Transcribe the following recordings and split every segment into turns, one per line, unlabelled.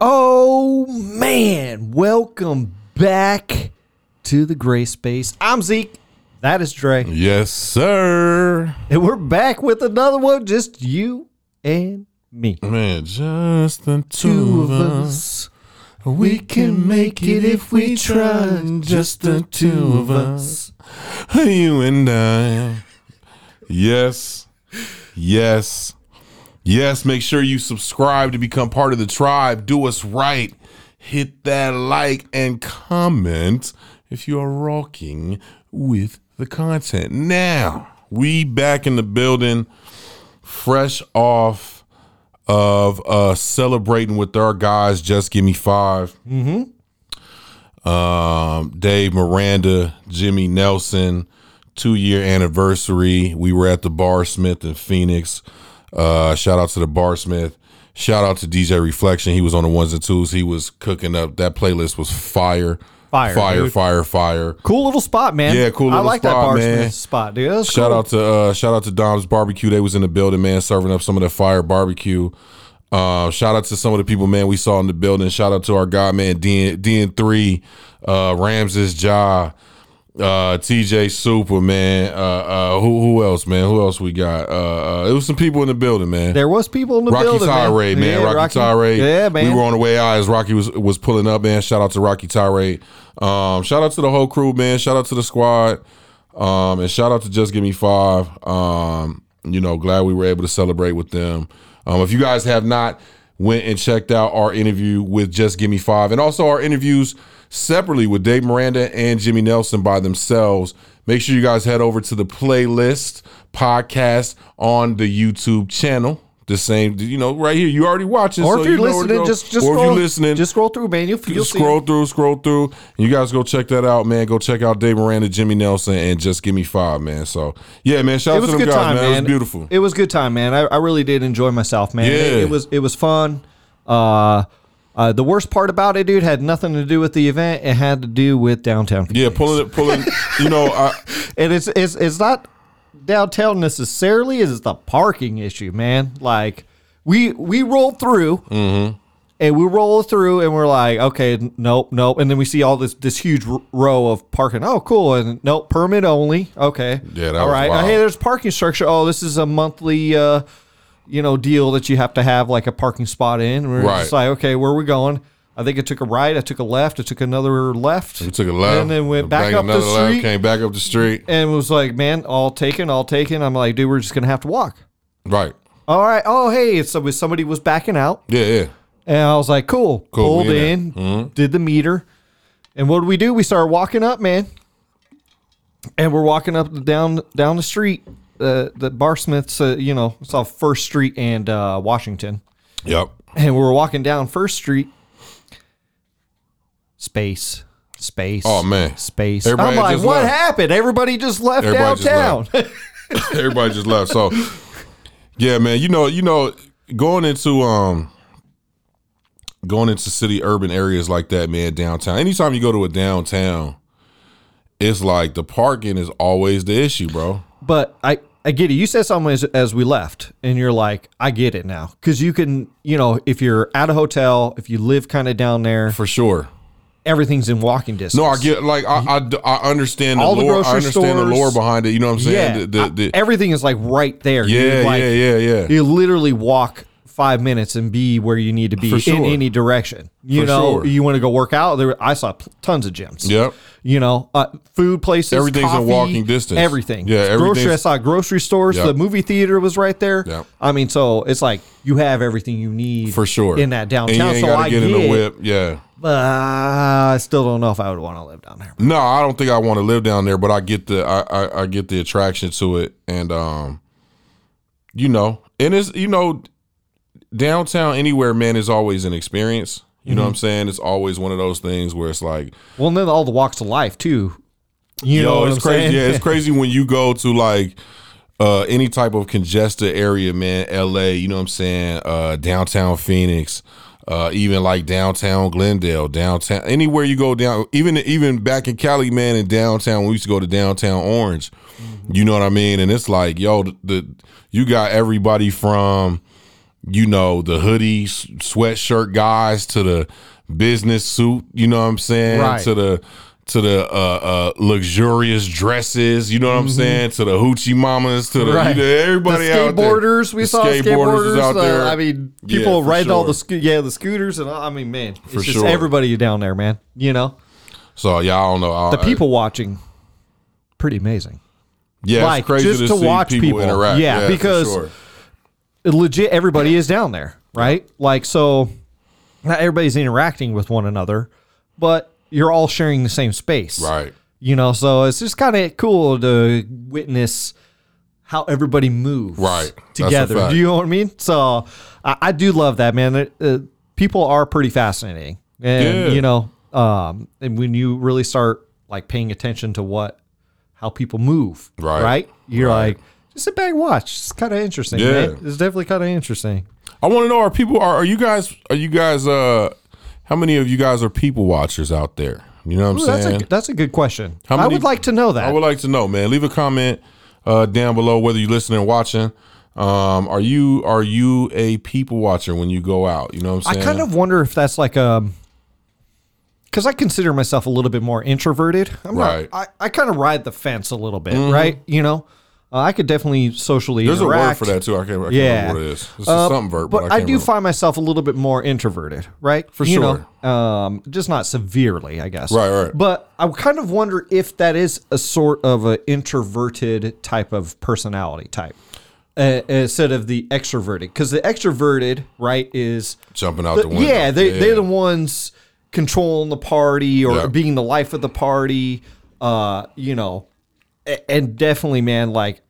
Oh, man, welcome back to the gray space. I'm Zeke. That is Dre.
Yes, sir.
And we're back with another one, just you and me.
Man, just the two of us. We can make it if we try. Just the two of us. You and I. Yes. Yes. Yes. Make sure you subscribe to become part of the tribe. Do us right. Hit that like and comment if you are rocking with the content. Now, we back in the building, fresh off of uh celebrating with our guys. Just give me 5
Mm-hmm.
Um, Dave Miranda, Jimmy Nelson, two year anniversary. We were at the Bar Smith in Phoenix. Uh, shout out to the Bar Smith. Shout out to DJ Reflection. He was on the ones and twos. He was cooking up. That playlist was fire,
Fire,
fire,
dude.
fire, fire.
Cool little spot, man.
Yeah, cool
I
little
like that
spot,
bar
man.
Smith spot, dude. That's
Shout
cool.
out to uh, shout out to Dom's Barbecue. They was in the building, man, serving up some of the fire barbecue. Uh, shout out to some of the people, man, we saw in the building. Shout out to our guy, man, DN DN three, uh, Ramses Ja, uh, TJ Super, man. Uh, uh, who who else, man? Who else we got? Uh, uh, it was some people in the building, man.
There was people in the
Rocky
building.
Tirade, man.
Yeah,
Rocky, Tirade.
Yeah, man.
We were on the way out as Rocky was was pulling up, man. Shout out to Rocky Tirade. Um, shout out to the whole crew, man. Shout out to the squad. Um, and shout out to Just Give Me Five. Um, you know, glad we were able to celebrate with them. Um, if you guys have not went and checked out our interview with Just Give Me Five and also our interviews separately with Dave Miranda and Jimmy Nelson by themselves, make sure you guys head over to the playlist podcast on the YouTube channel the same. You know, right here. You already watching.
or
so
if you're
you know where
listening,
to go.
just just
or
scroll,
if you're listening,
just scroll through, man. You'll, you'll see.
scroll through, scroll through. And you guys go check that out, man. Go check out Dave Miranda, Jimmy Nelson, and just give me five, man. So yeah, man. Shout
it
out
was
to
a
them
good
guys,
time,
man.
man.
It was beautiful.
It was a good time, man. I, I really did enjoy myself, man. It,
Yeah.
it was it was fun. Uh, uh, the worst part about it, dude, had nothing to do with the event. It had to do with downtown.
yeah, pulling it, pulling. you know, I,
and it's it's it's not downtown necessarily. It's the parking issue, man. Like we we rolled through.
Mm-hmm.
And we roll through, and we're like, okay, n- nope, nope. And then we see all this this huge r- row of parking. Oh, cool. And nope, permit only. Okay.
Yeah, that
all
was
right.
wild.
Hey, there's parking structure. Oh, this is a monthly, uh, you know, deal that you have to have like a parking spot in. And we're just
Right.
like, okay, where are we going? I think I took a right. I took a left. I took another left.
we took a left
And then went back up the
another left,
street
came back up the street.
and was like, "Man, all taken, all taken." I'm like, "Dude, we're just gonna have to walk."
Right.
All right. Oh, hey, so somebody was backing out,
Yeah, yeah.
and I was like, "Cool."
Cool, Mm-hmm.
Pulled
we in
in, did the meter, and what did we do? We started walking up, man, and we're walking up the- down down the street. The the Barsmiths, uh, you know, it's off First Street and uh, Washington,
Yep.
and we were walking down First Street. Space, space.
Oh, man.
space.
Everybody
I'm like,
just
what
left.
happened? Everybody just left
Everybody just
downtown.
left. Everybody just left. So yeah, man, you know, you know, going into um going into city urban areas like that, man, downtown. Anytime you go to a downtown, it's like the parking is always the issue, bro.
but I I get it. You said something as, as we left, and you're like, I get it now, because you can, you know, if you're at a hotel, if you live kind of down there,
For sure.
everything's in walking distance.
No, I get like I I, d- I understand the
All the
lore. I
grocery
understand the
stores.
lore behind it. You know what I'm saying?
yeah,
The- the-
I-
the-
everything is like right there. dude.
yeah,
like,
yeah, yeah, yeah.
You literally walk five minutes and be where you need to be
For
in
sure.
any direction. You
For
know,
sure.
you want to go work out. There, I saw pl- tons of gyms.
Yep.
You know, uh, food places.
Everything's in
coffee,
walking distance.
Everything.
Yeah,
Grocery.
everything's-
I saw grocery stores.
Yep.
The movie theater was right there.
Yep.
I mean, so it's like you have everything you need
For sure.
in that
And you
downtown.
ain't
so
gotta
I
get
get,
in the whip. Yeah.
but I still don't know if I would want to live down there.
No, I don't think I want to live down there, but I get the I, I, I get the attraction to it, and um, you know, and it's you know, downtown anywhere, man, is always an experience. You know what I'm saying? It's always one of those things where it's like,
Well, and then all the walks of life too. You
yo,
know, what
it's
I'm
crazy.
saying?
Yeah, it's crazy when you go to like uh any type of congested area, man, LA, you know what I'm saying? Uh downtown Phoenix, uh even like downtown Glendale, downtown anywhere you go down, even even back in Cali, man, in downtown, we used to go to downtown Orange. You know what I mean? And it's like, yo, the, the you got everybody from you know the hoodies, sweatshirt guys to the business suit, you know what I'm saying?
Right.
To the to the uh, uh, luxurious dresses, you know what I'm saying? To the hoochie mamas, to the,
Right.
you know, everybody
the
out there.
skateboarders we
Mm-hmm. The
saw skateboarders,
skateboarders
uh, I mean,
Yeah,
people
for
ride all the
sure.
sco- yeah the scooters and all, I mean, man, it's
For
just
sure.
everybody down there, man. You know,
So yeah, I don't know. I-
the people watching, pretty amazing.
yeah,
like,
it's crazy
just
to,
to
see
watch
people,
people.
interact.
Yeah,
for
because-
sure.
legit everybody is down there, right? Like so not everybody's interacting with one another, but you're all sharing the same space.
right,
You know, so it's just kind of cool to witness how everybody moves
Right. That's a
together.
fact.
Do you know what I mean? So I, I do love that, man. It- uh, people are pretty fascinating. And
Yeah.
you know, um and when you really start like paying attention to what how people move,
Right.
Right? You're like just sit back and watch. It's kind of interesting.
Yeah.
man. It's definitely kind of interesting.
I want to know: Are people are are you guys are you guys uh how many of you guys are people watchers out there? You know what
Ooh,
I'm
that's
saying?
a that's a good question.
How
I
many-
would like to know
I
that.
would like to know, man. Leave a comment uh, down below whether you're listening or watching. Um, are you are you a people watcher when you go out? You know what I'm
I
saying?
kind of wonder if that's like um because I consider myself a little bit more introverted. I'm
Right. Mm-hmm.
Not, I, I kind of ride the fence a little bit, right? You know, uh, I could definitely socially
There's
interact.
a word for that too. I can't, I can't
Yeah.
remember what it is. It's
Uh,
something verb, but,
but
I,
I,
can't
do
remember.
find myself a little bit more introverted, right? For
sure.
um, just not severely, I guess.
Right, right.
But I kind of wonder if that is a sort of an introverted type of personality type uh, instead of the extroverted, because the extroverted, right, is
jumping out the,
the-
window.
yeah, they, they're the ones controlling the party or
Yeah.
being the life of the party. Uh, you know, A- and definitely, man, like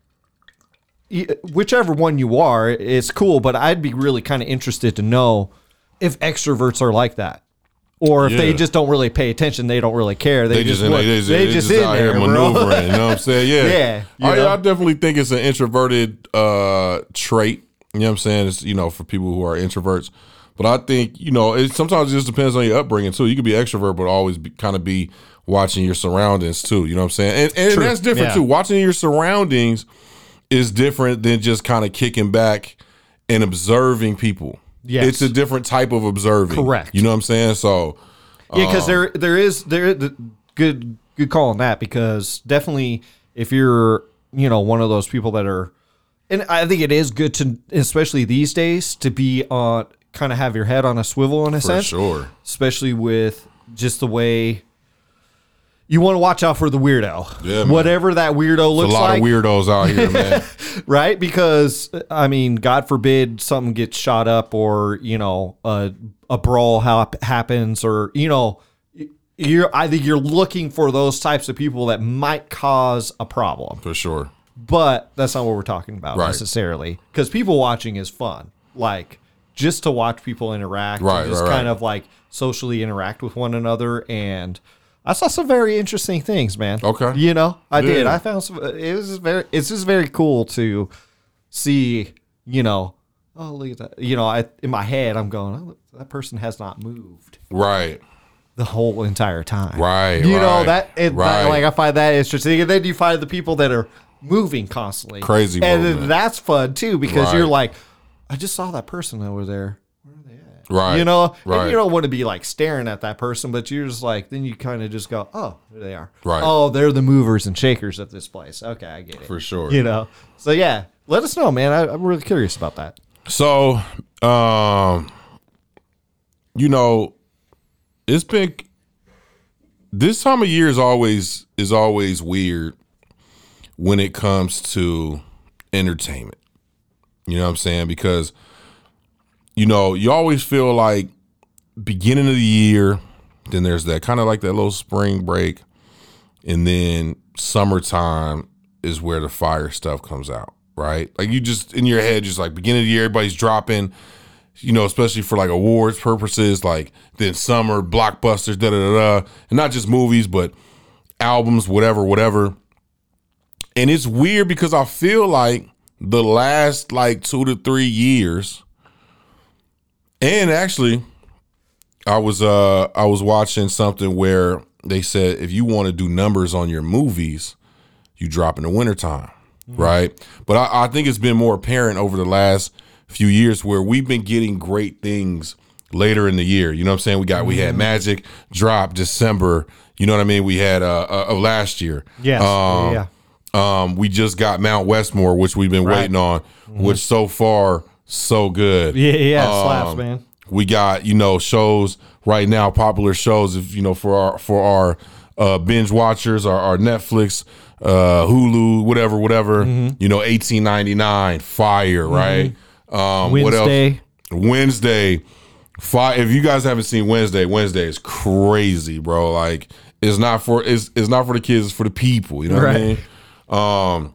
y- whichever one you are, it's cool. But I'd be really kind of interested to know if extroverts are like that. Or if they
Yeah.
just don't really pay attention, they don't really care. They,
They
just,
just, in,
wa-
they, they, just-
they
they
just
just
in
out
there,
here
bro.
maneuvering. You know what I'm saying?
Yeah,
Yeah,
you know?
I, I definitely think it's an introverted uh, trait. You know what I'm saying? It's you know for people who are introverts, but I think you know it sometimes it just depends on your upbringing too. You could be extrovert, but always be, kind of be watching your surroundings too. You know what I'm saying? And, and that's different
Yeah.
too. Watching your surroundings is different than just kind of kicking back and observing people.
Yes.
it's a different type of observing.
Correct.
You know what I'm saying? So
Yeah, because
Um,
there there is there the, good good call on that because definitely if you're you know one of those people that are, and I think it is good to especially these days to be on kind of have your head on a swivel in a
for
sense,
sure.
especially with just the way. You want to watch out for the weirdo,
Yeah, man.
whatever that weirdo
A
looks
lot
like,
of weirdos out here, man.
right? Because I mean, God forbid something gets shot up, or you know, a a brawl hap- happens, or you know, y- you're I think you're looking for those types of people that might cause a problem.
for sure.
But that's not what we're talking about
Right.
necessarily, because people watching is fun. Like just to watch people interact, and
Right,
just
right, right.
kind of like socially interact with one another and. I saw some very interesting things, man.
Okay.
you know, I did.
Yeah.
I found some. It was just very. It's just very cool to see, you know, oh look at that. You know, I in my head I'm going, oh, look, that person has not moved
Right.
the whole entire time.
Right,
You know
right,
that, it, that-
right.
Like I find that interesting, and then you find the people that are moving constantly,
Crazy
and then
movement.
that's fun too because
Right.
you're like, I just saw that person over there.
Right.
You know,
Right.
and you don't want to be like staring at that person, but you're just like, then you kind of just go, oh, there they are.
Right.
Oh, they're the movers and shakers of this place. Okay, I get it.
For sure.
You know, so yeah, let us know, man. I, I'm really curious about that.
So, um, you know, it's been this time of year is always is always weird when it comes to entertainment. You know what I'm saying? Because you know, you always feel like beginning of the year, then there's that kind of like that little spring break, and then summertime is where the fire stuff comes out, right? Like you just in your head, just like beginning of the year, everybody's dropping, you know, especially for like awards purposes, like then summer blockbusters, da da da, da. and not just movies, but albums, whatever, whatever. And it's weird because I feel like the last like two to three years, and actually, I was uh I was watching something where they said if you want to do numbers on your movies, you drop in the wintertime. Right. But I, I think it's been more apparent over the last few years where we've been getting great things later in the year. You know what I'm saying? We got we had Magic drop December. You know what I mean? We had uh, uh of last year.
Yes.
Um,
yeah.
Um, we just got Mount Westmore, which we've been waiting on, which so far so good.
Mm-hmm. Yeah, yeah, it slaps,
Um,
man.
We got you know shows right now, popular shows. If you know for our for our uh, binge watchers, our, our Netflix, uh, Hulu, whatever, whatever.
Mm-hmm.
You know, eighteen ninety nine, fire, right? Um, what else?
Wednesday.
Wednesday, five. If you guys haven't seen Wednesday, Wednesday is crazy, bro. Like it's not for it's it's not for the kids, it's for the people. You know what I
Right.
mean? Um,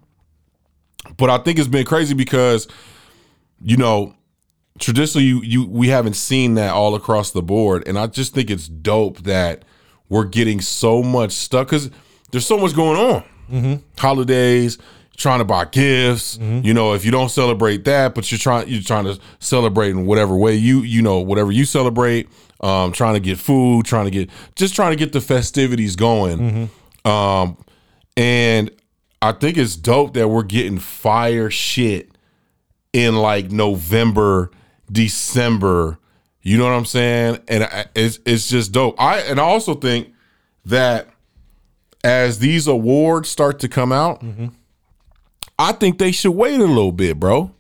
but I think it's been crazy because you know traditionally you you we haven't seen that all across the board, and I just think it's dope that we're getting so much stuff because there's so much going on. Holidays. Trying to buy gifts, you know. If you don't celebrate that, but you're trying, you're trying to celebrate in whatever way you, you know, whatever you celebrate. Um, trying to get food, trying to get, just trying to get the festivities going. Um, and I think it's dope that we're getting fire shit in like November, December. You know what I'm saying? And I, it's it's just dope. I and I also think that as these awards start to come out, I think they should wait a little bit, bro.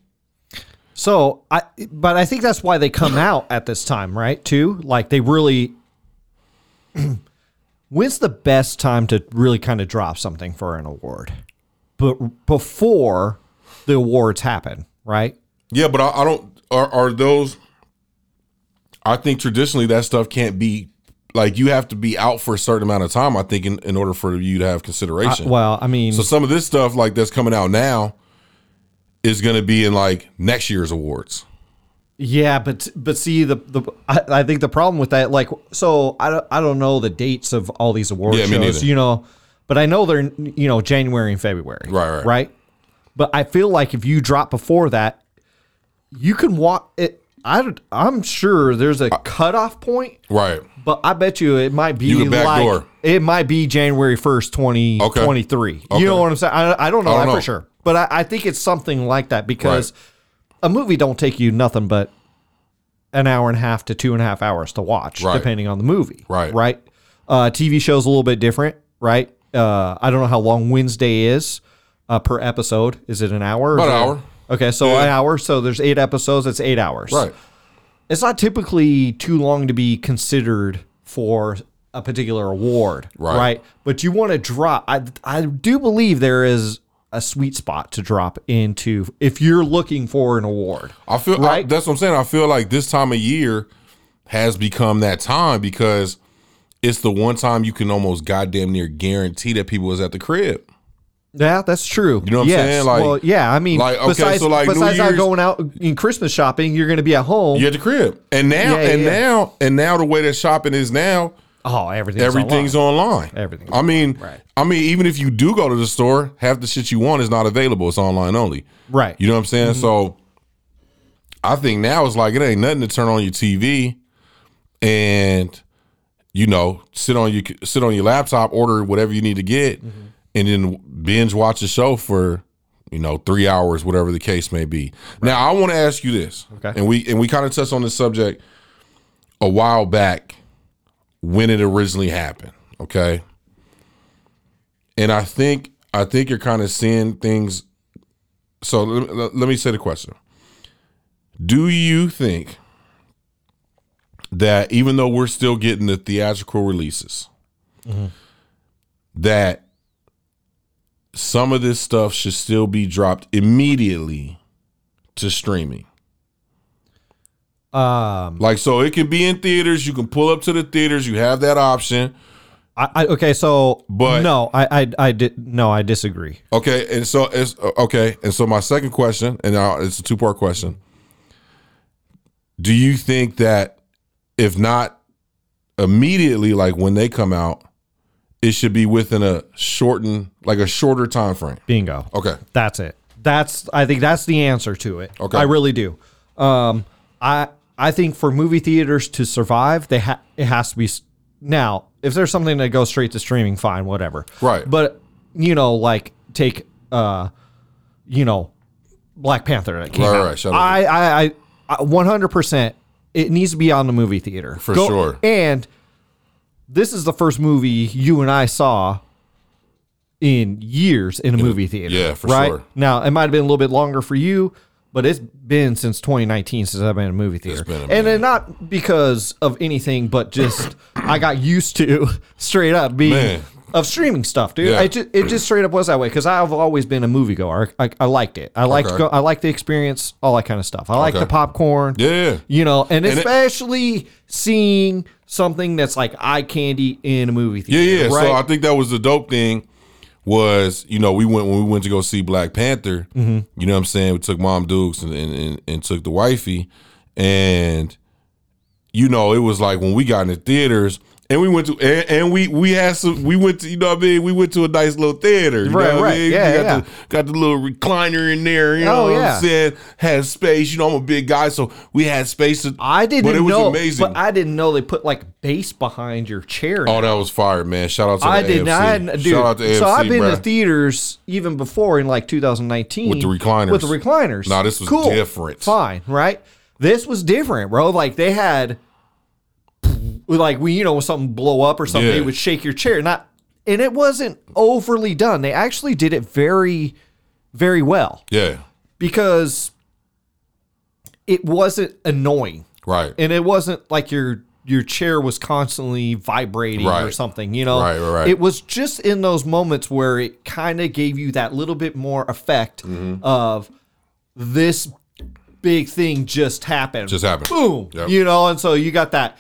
So I, but I think that's why they come out at this time, right? Too like they really. When's the best time to really kind of drop something for an award? But before the awards happen, right?
Yeah, but I, I don't. Are, are those? I think traditionally that stuff can't be like you have to be out for a certain amount of time. I think in, in order for you to have consideration.
Well, I mean,
So some of this stuff like that's coming out now is going to be in like next year's awards.
Yeah, but but see the the I, I think the problem with that like so I don't, I don't know the dates of all these award
Yeah, me
shows,
neither.
you know, but I know they're you know January and February.
Right, right.
Right? But I feel like if you drop before that, you can walk it I am sure there's
Uh,
a cutoff point,
Right.
but I bet you it might be
You can
like
backdoor.
it might be January 1st, 2023.
Okay.
You know what I'm saying? I, I don't know
I
that
don't know.
for sure. But I, I think it's something like that because a movie don't take you nothing but an hour and a half to two and a half hours to watch,
Right.
depending on the movie.
Right.
Right. Uh, TV shows a little bit different, right? Uh, I don't know how long Wednesday is uh, per episode. Is it an hour?
About
Is
an
it-
hour.
Okay, so
Yeah.
an hour. So there's eight episodes. That's eight hours
Right.
it's not typically too long to be considered for a particular award,
Right.
right? But you want to drop. I I do believe there is a sweet spot to drop into if you're looking for an award.
I feel I-
Right.
that's what I'm saying. I feel like this time of year has become that time because it's the one time you can almost goddamn near guarantee that people is at the crib.
Yeah, that's true. You
know what I'm saying? Like-
well, yeah. I mean,
like, okay,
besides,
so, like, New
besides not
Year's-
going out in Christmas shopping, you're going to be at home.
You're at the crib. And now
Yeah,
and
yeah.
now and now the way that shopping is now,
Oh, everything's
everything's
online.
online.
Everything's
I mean,
right.
I mean, even if you do go to the store, half the shit you want is not available. It's online only.
right. Mm-hmm.
You know what I'm saying? So I think now it's like it ain't nothing to turn on your TV and you know sit on your sit on your laptop, order whatever you need to get,
Mm-hmm.
and then binge watch a show for you know three hours, whatever the case may be. Now I want to ask you this,
Okay.
and we and we kind of touched on this subject a while back when it originally happened. Okay. And I think I think you're kind of seeing things so let, let- let me say the question do you think that even though we're still getting the theatrical releases that some of this stuff should still be dropped immediately to streaming
um,
like so it can be in theaters you can pull up to the theaters you have that option
I, I, okay, so
But-
no, I, I, I did no, I disagree.
Okay, and so it's uh, okay, and so my second question, and now it's a two part question. Do you think that if not immediately, like when they come out, it should be within a shortened, like a shorter time frame?
Bingo.
Okay,
That's it. That's I think that's the answer to it.
Okay.
I really do. Um, I I think for movie theaters to survive, they ha- it has to be s- now. If there's something that goes straight to streaming, fine, whatever.
Right.
But you know, like take uh, you know, Black Panther that came
Right,
out.
right, shut up.
I I I one hundred percent it needs to be on the movie theater
For sure.
And this is the first movie you and I saw in years in a movie theater.
yeah, for sure.
Now it might have been a little bit longer for you, but it's been since 2019 since I've been in a movie theater,
been a
and then not because of anything, but just I got used to straight up being.
Man.
Of streaming stuff, dude.
Yeah.
I ju- it just straight up was that way because I've always been a moviegoer. I, I, I liked it. I liked
Okay.
go, I liked the experience, all that kind of stuff. I liked
Okay.
the popcorn.
Yeah.
You know, and,
it-
especially seeing something that's like eye candy in a movie
Yeah,
theater.
yeah.
Right?
So I think that was the dope thing was, you know, we went when we went to go see Black Panther,
Mm-hmm.
you know what I'm saying? We took Mom Dukes and and, and and took the wifey. And you know, it was like when we got in the theaters and we went to and, and we we had some we went to you know what I mean, we went to a nice little theater. You
Right,
know what
right.
I mean?
Yeah,
we got
yeah.
the got the little recliner in there, you
Oh,
know what
yeah.
I'm saying? Had space, you know, I'm a big guy, so we had space to
I didn't
But it was
know,
amazing.
but I didn't know they put like bass behind your chair.
Oh, that was fire, man! Shout out to
I
the
did
AFC.
not, dude.
Shout out to AFC,
so I've been
bruh.
to theaters even before in like 2019
With the recliners.
With the recliners.
Nah, this was
Cool.
different.
Fine, right? This was different, bro. Like they had, like we, you know, when something blow up or something,
Yeah.
they would shake your chair. Not, and it wasn't overly done. They actually did it very, very well
Yeah,
because it wasn't annoying
right.
and it wasn't like your your chair was constantly vibrating or
Right.
something you know
Right, right, right.
it was just in those moments where it kind of gave you that little bit more effect
Mm-hmm.
of this big thing just happened
Just happened.
boom
Yep.
you know and so you got that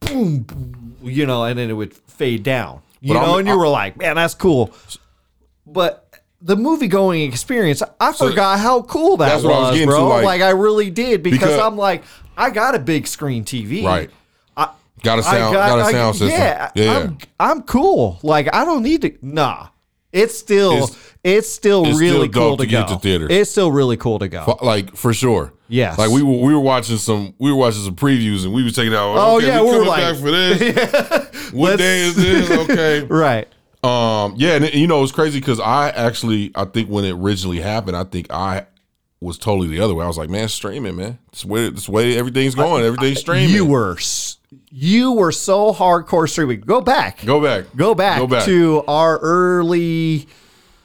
boom you know and then it would fade down you
But I'm-
know and you were like man that's cool but the movie going experience, I forgot how cool that
That's
was,
what I was getting to,
bro.
like-
like, I really did because,
Because-
I'm like, I got a big screen TV,
Right.
I,
got a
I
sound.
got,
Got, a
I-
sound system.
Yeah,
Yeah,
I'm, I'm cool. Like I don't need to. Nah, it's still
It's-
it's, still
it's
really
still dope
cool
to
to,
get
go.
to theaters.
It's still really cool to go.
F- like for sure.
Yes.
Like we were we were watching some we were watching some previews and we were taking out.
Oh,
okay,
yeah,
we
we were
coming
like-
back for this. what day is
Let's-
this? Okay.
Right.
Um, yeah, and it- you know it's crazy because I actually I think when it originally happened, I think I was totally the other way. I was like, man, streaming, man. This way, this way everything's going. Everything's streaming.
You were s- you were so hardcore streaming. Go back.
go back.
go back, to our early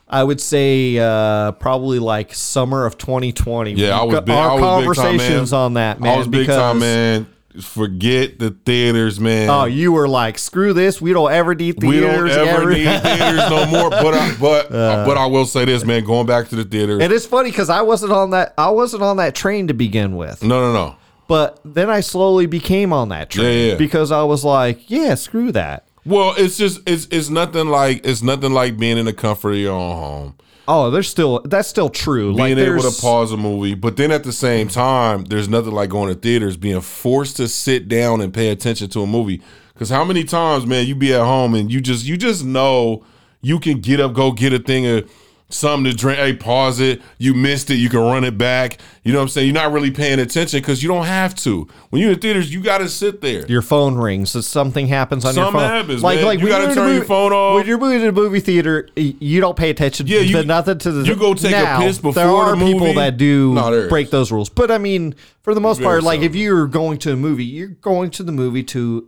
I would say uh, probably like summer of 2020.
Yeah, I was big.
our
I was big
conversations
time, man.
on that, man.
I was big
because,
time, man. Forget the theaters, man.
Oh, you were like, screw this. We don't ever need theaters.
we don't ever
ever."
need theaters no more. But I, but but I will say this, man. Going back to the theaters.
Uh. and it's funny because I wasn't on that. I wasn't on that train to begin with,
no, no, no.
but then I slowly became on that train
Yeah, yeah.
because I was like, yeah, screw that.
Well, it's just it's it's nothing like it's nothing like being in the comfort of your own home,
Oh, there's still that's still true.
being able to
there's-
pause a movie. But then at the same time, there's nothing like going to theaters, being forced to sit down and pay attention to a movie. Because how many times, man, you be at home and you just you just know you can get up, go get a thing of something to drink. Hey, pause it. You missed it. You can run it back. You know what I'm saying? You're not really paying attention because you don't have to. When you're in theaters, you got to sit there.
your phone rings. That something happens on your
Something
phone.
happens, man. You
when
gotta
you're in a
turn your
movie-
phone off.
When you're moving to the movie theater, y- you don't pay attention
Yeah, you-
to nothing to the.
you go take a
now,
piss before
There are
the movie.
people that do
No, there is.
break those rules, but I mean, for the most
Very
part, like
seldom.
if you're going to a movie, you're going to the movie to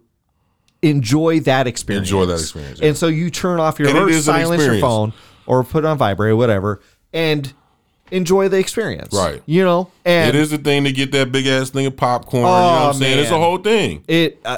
enjoy that experience.
Enjoy that experience,
and so you turn off your
And it
alert,
is an
silence your
experience.
phone, or put it on vibrate, whatever, and enjoy the experience.
Right.
You know, and
It is a thing to get that big ass thing of popcorn. you know what I'm
Oh,
saying? It's a
man.
whole thing.
it uh,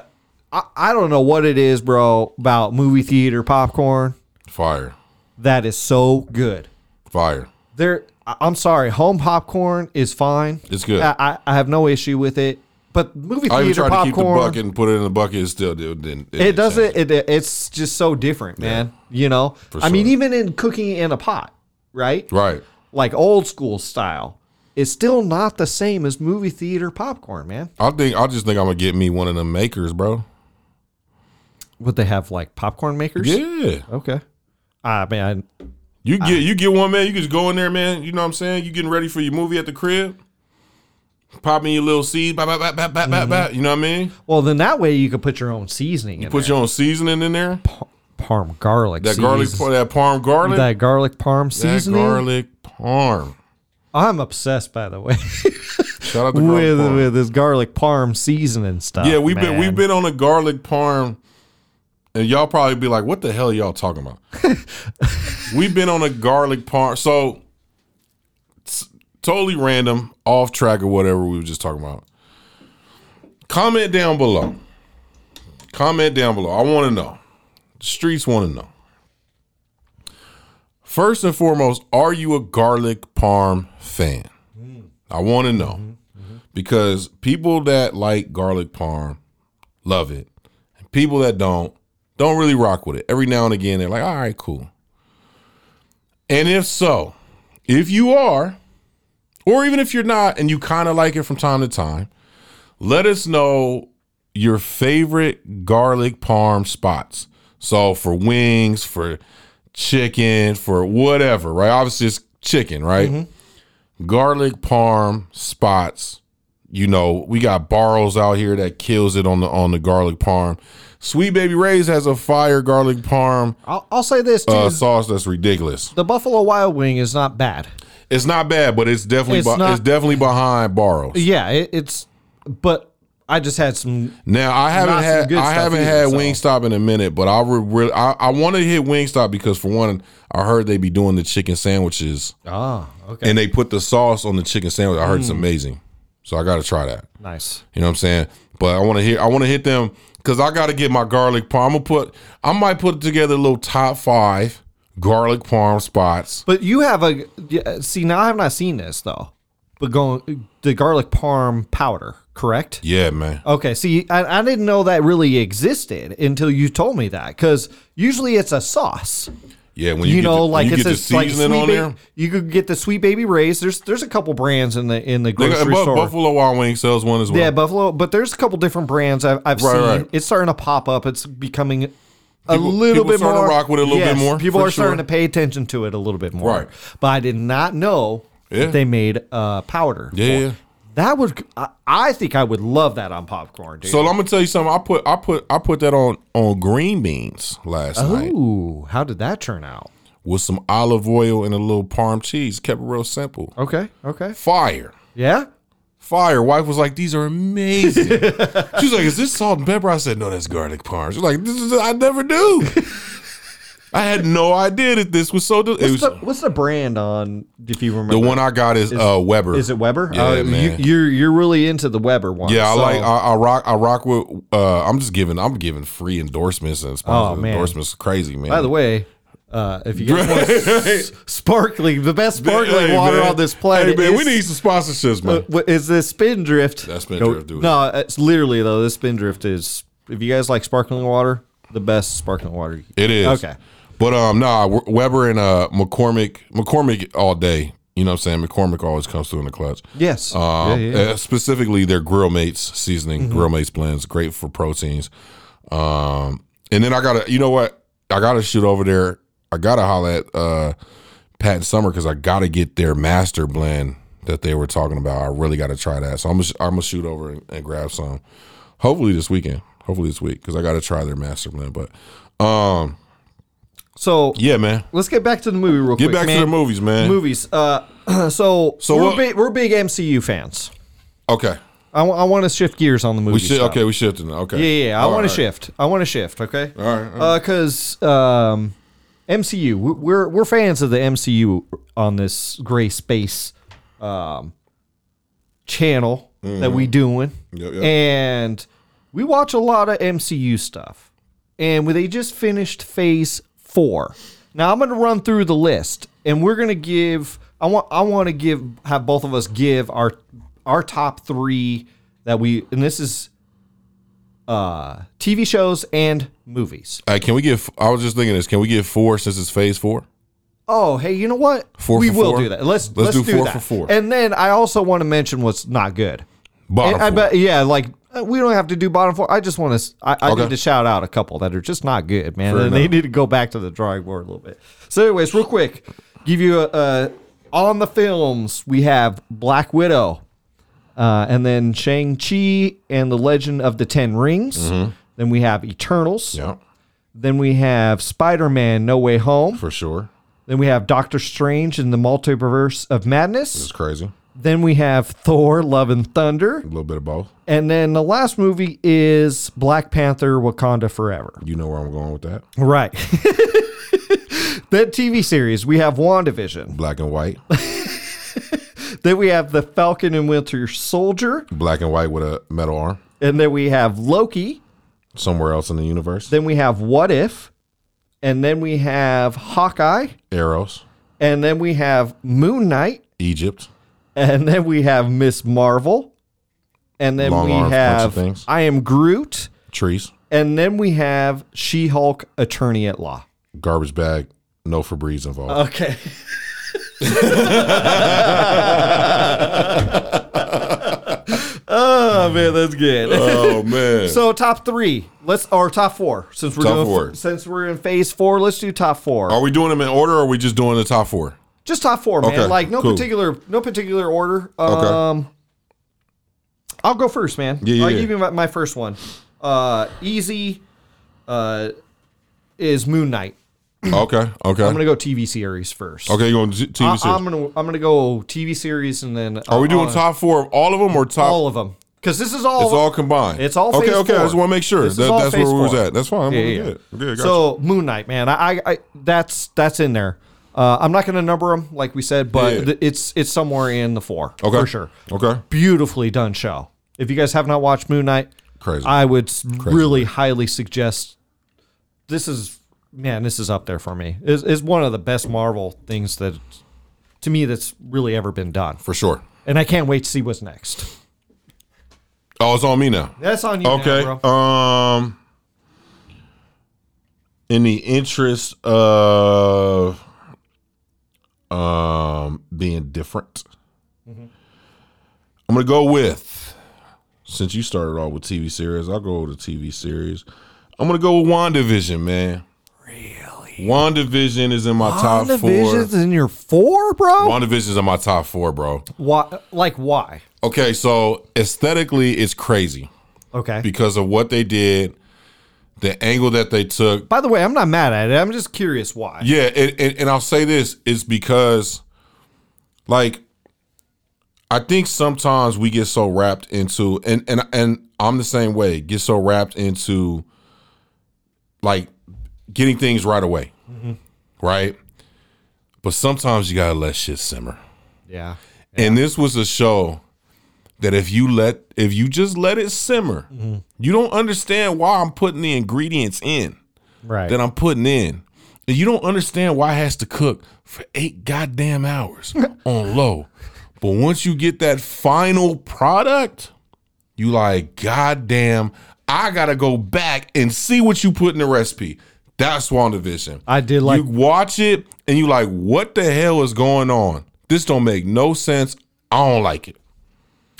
I, I don't know what it is bro about movie theater popcorn
Fire.
that is so good
Fire.
there I- i'm sorry home popcorn is fine
It's good.
i, I, I have no issue with it but movie
I even
theater
tried to keep the
popcorn
bucket and put it in the bucket. It still didn't. didn't-
it
didn't change.
doesn't it, it's just so different man you know i mean
sure.
even in cooking in a pot right
Right.
like old school style it's still not the same as movie theater popcorn man
I think I just think I'm gonna get me one of them makers, bro.
would they have like popcorn makers
Yeah.
okay Ah, i mean I-
You get you get one man. You just go in there, man. You know what I'm saying? You getting ready for your movie at the crib. Pop in your little seed. Bop, bop, bop, bop, bop, bop,
Mm-hmm.
bop. You know what I mean?
Well, then that way you could put your own seasoning in
Put
there.
your own seasoning in there.
parm garlic.
That garlic,
season-
par- that parm garlic, that,
That garlic parm seasoning.
garlic parm.
I'm obsessed, by the way.
Shout out to Garlic
with
Parm.
with this garlic parm seasoning stuff.
Yeah, we've been
man.
we've been on a garlic parm, and y'all probably be like, "What the hell y'all talking about?" we've been on a garlic parm, so it's totally random, off track or whatever we were just talking about. Comment down below. Comment down below. I want to know. The streets want to know. First and foremost, are you a garlic parm fan? I want to know because people that like garlic parm love it, and people that don't don't really rock with it. Every now and again, they're like, "All right, cool." And if so, if you are, or even if you're not, and you kind of like it from time to time, let us know your favorite garlic parm spots. So for wings, for chicken, for whatever, right? Obviously, it's chicken, right? garlic parm spots. You know, we got Barrows out here that kills it on the on the garlic parm. Sweet Baby Ray's has a fire garlic parm
I'll, I'll say this too:
uh, sauce that's ridiculous.
the Buffalo Wild Wing is not bad.
It's not bad, but it's definitely
It's
be-
not-
it's definitely behind Barrows.
Yeah, it, it's. But I just had some.
Now I haven't
Not some
had
good
I
stuff
haven't
either,
had
so.
Wingstop in a minute, but I re- really I, I want to hit Wingstop because for one, I heard they be doing the chicken sandwiches
Ah, okay,
and they put the sauce on the chicken sandwich. I heard
Mm.
it's amazing, so I got to try that.
nice.
You know what I'm saying? But I want to hear. I want to hit them because I got to get my garlic parm. I'm gonna put. I might put together a little top five garlic parm spots.
But you have a yeah, see now. I have not seen this though. But going the garlic parm powder, correct?
Yeah, man.
Okay, see, I, I didn't know that really existed until you told me that because usually it's a sauce.
Yeah, when you,
You,
get
know,
the,
like
when you
it's
get
a,
the
like
seasoning
Sweet
on
Ba-
there.
You could get the sweet baby rays. There's there's a couple brands in the in the
They got-
grocery
Bu-
store.
uh, Buffalo Wild Wing sells one as well.
Yeah, Buffalo, but there's a couple different brands I've, I've
Right,
seen.
right.
It's starting to pop up. It's becoming a
People-
little
people
bit
starting to
more.
rock with it a little bit
Yes,
more,
People
for
are starting
sure.
to pay attention to it a little bit more.
Right.
But I did not know
Yeah.
that they made uh, powder.
Yeah,
for-
yeah.
That would. I, I think I would love that on popcorn, dude.
So I'm gonna tell you something. I put I put I put that on on green beans last
Oh.
night
Ooh, how did that turn out?
with some olive oil and a little parm cheese. Kept it real simple.
Okay. Okay.
Fire.
Yeah.
fire. Wife was like, "These are amazing." she was like, "Is this salt and pepper?" I said, "No, that's garlic parm." She's like, "This is I never do." I had no idea that this was so. Del- it was
What's the, what's the brand on? If you remember,
the one I got is, uh, Weber.
is it Weber?
Yeah,
Oh,
man.
You, you're you're really into the Weber one.
yeah, I
so-
like uh, I, I rock I rock with uh I'm just giving I'm giving free endorsements and
Oh,
sponsored
man.
endorsements crazy man.
By the way, uh, if you guys want s- sparkling, the best sparkling
Hey,
water
man.
on this planet.
Hey man, we
is- Uh,
need some sponsorships, man.
What is this Spindrift?
That's Spindrift,
No,
dude.
no, it's literally though. This Spindrift is. If you guys like sparkling water, the best sparkling water. you-
It is.
Okay.
But um, nah, We- Weber and uh McCormick, McCormick all day. You know what I'm saying? McCormick always comes through in the clutch.
Yes.
Um,
yeah, Mm-hmm. yeah.
uh, specifically their grill mates seasoning, grill mates blends, great for proteins. Um, and then I gotta, you know what? I gotta shoot over there. I gotta holla at uh, Pat and Summer because I gotta get their master blend that they were talking about. I really gotta try that. So I'm gonna, sh- I'm gonna shoot over and, and grab some. Hopefully this weekend. Hopefully this week because I gotta try their master blend. But um,
So
yeah, man,
let's get back to the movie real
get
quick.
back
man.
to the movies, man.
movies. Uh, so
So
we're
what-
big, we're big MCU fans.
Okay,
I want to shift gears on the movie.
we shi
stuff.
okay, we shifted. now. Okay,
Yeah, yeah. yeah. I
All
want
right.
to shift. I want to shift. Okay.
All right, all right.
Because Uh, um, MCU, we- we're we're fans of the MCU on this gray space um, channel that we doing,
Mm-hmm. Yep, yep.
and we watch a lot of MCU stuff. And we- they just finished Phase Four. Now I'm going to run through the list, and we're going to give. I want. I want to give. Have both of us give our our top three that we. And this is uh, TV shows and movies.
Hey, can we get? I was just thinking this. Can we get four since it's phase four?
Oh, hey, you know what?
Four
we
for
will
four?
do that. Let's
Let's
let's,
do
do,
four
that.
for four.
And then I also want to mention what's not good.
Bottom
And I
four.
bet yeah, like uh, we don't have to do bottom four. I just want to I, I
Okay.
need to shout out a couple that are just not good, man.
Fair
and they
enough.
need to go back to the drawing board a little bit. So, anyways, real quick, give you a, a on the films we have Black Widow, uh, and then Shang Chi and the Legend of the Ten Rings. Then we have Eternals.
Mm-hmm. Yeah,
Then we have Spider Man No Way Home.
for sure.
Then we have Doctor Strange in the Multiverse of Madness.
It's crazy.
Then we have Thor, Love and Thunder.
A little bit of both.
And then the last movie is Black Panther, Wakanda Forever.
You know where I'm going with that.
Right. that TV series, we have WandaVision.
Black and white.
Then we have The Falcon and Winter Soldier.
Black and white with a metal arm.
And then we have Loki.
Somewhere else in the universe.
Then we have What If. And then we have Hawkeye.
Arrows.
And then we have Moon Knight.
Egypt.
And then we have Miss Marvel. And then
Long
we
arms, bunch of
have
things.
I Am Groot.
Trees.
And then we have She Hulk Attorney at Law.
Garbage bag. No Febreze involved.
Okay. oh man, that's good.
oh man.
So top three, let's or top four since we're
Top
doing
four.
since we're in phase four, let's do top four.
are we doing them in order or are we just doing the top four?
Just top four, man.
Okay,
like no
cool.
particular, no particular order.
Okay.
Um, I'll go first, man.
Yeah, yeah,
I'll
yeah.
give you my, my first one. Uh, easy. Uh, is Moon Knight.
okay. Okay.
I'm gonna go TV series first.
okay, you going to TV
I,
series.
am gonna I'm gonna go TV series and then
are we doing
uh,
top four of all of them or top?
all of them because this is all.
it's all combined.
It's all
okay.
phase
okay, I
four.
just want to make sure
This is
that,
all
that's where
phase
we was
four.
at. That's fine.
Yeah,
I'm
yeah.
good. Good, gotcha.
so Moon Knight, man, I, I, I that's that's in there. Uh, I'm not gonna number them like we said, but
Yeah.
th- it's it's somewhere in the four
okay.
for sure.
Okay.
Beautifully done show. If you guys have not watched Moon Knight,
Crazy.
I would s really highly suggest. This is man, this is up there for me. Is is one of the best Marvel things that to me that's really ever been done,
For sure.
and I can't wait to see what's next.
Oh, it's on me now.
That's on you, now,
Okay.
bro.
um in the interest of um being different.
Mm-hmm.
I'm going to go with since you started all with TV series, I'll go with the TV series. I'm going to go with WandaVision, man. Really? WandaVision is in my top 4.
WandaVision's in your four, bro.
WandaVision's in my top 4, bro.
Why? Like why?
Okay, so aesthetically it's crazy.
Okay.
because of what they did, the angle that they took.
By the way, I'm not mad at it. I'm just curious why.
Yeah, and, and, and I'll say this it's because, like, I think sometimes we get so wrapped into, and and and I'm the same way. Get so wrapped into, like, getting things right away, right? But sometimes you gotta let shit simmer.
Yeah.
And this was a show that if you let if you just let it simmer, you don't understand why I'm putting the ingredients in
Right.
that I'm putting in. And you don't understand why it has to cook for eight goddamn hours on low. But once you get that final product, you like, goddamn, I gotta go back and see what you put in the recipe. That's WandaVision.
I did like-
you watch it and you like, what the hell is going on? This don't make no sense. I don't like it.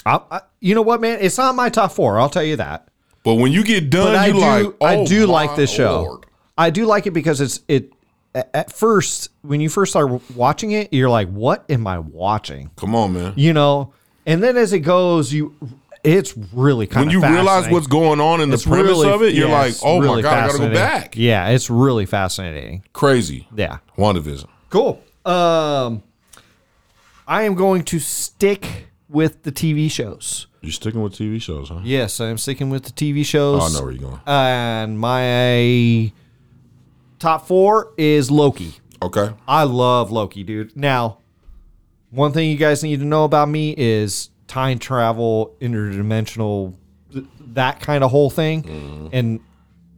I, I, you know what, man? It's not my top four. I'll tell you that.
But when you get done,
But I
you
do.
like,
I
oh
do
my
like this show.
Lord.
I do like it because it's it. a- At first, when you first start watching it, you're like, "What am I watching?"
Come on, man.
You know. And then as it goes, you it's really kind
when
of
you realize what's going on in the premise of it, you're like, oh my god, I gotta go back.
Yeah, it's really fascinating.
Crazy.
Yeah.
WandaVision.
Cool. Um, I am going to stick with the TV shows.
You sticking with TV shows, huh?
Yes, I am sticking with the TV shows.
Oh, I know where you're going.
And my top four is Loki.
Okay.
I love Loki, dude. Now, one thing you guys need to know about me is time travel, interdimensional, th- that kind of whole thing.
Mm-hmm.
And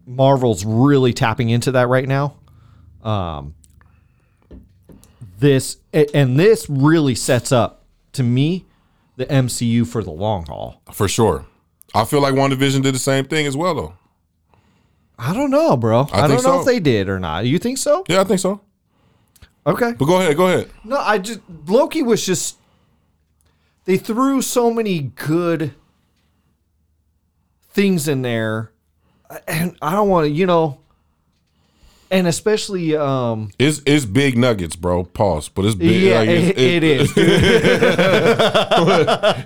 Marvel's really tapping into that right now. Um, this a- and this really sets up to me the MCU for the long haul.
For sure. I feel like WandaVision did the same thing as well though.
I don't know, bro. I, don't
think
know
so.
if they did or not. You think so?
Yeah, I think so.
Okay.
But go ahead, go ahead.
No, I just Loki was just they threw so many good things in there, and I don't want to, you know. and especially um
It's it's big nuggets, bro. Pause. But it's big.
yeah
like,
it-
it's,
it is dude.
You know what I'm saying?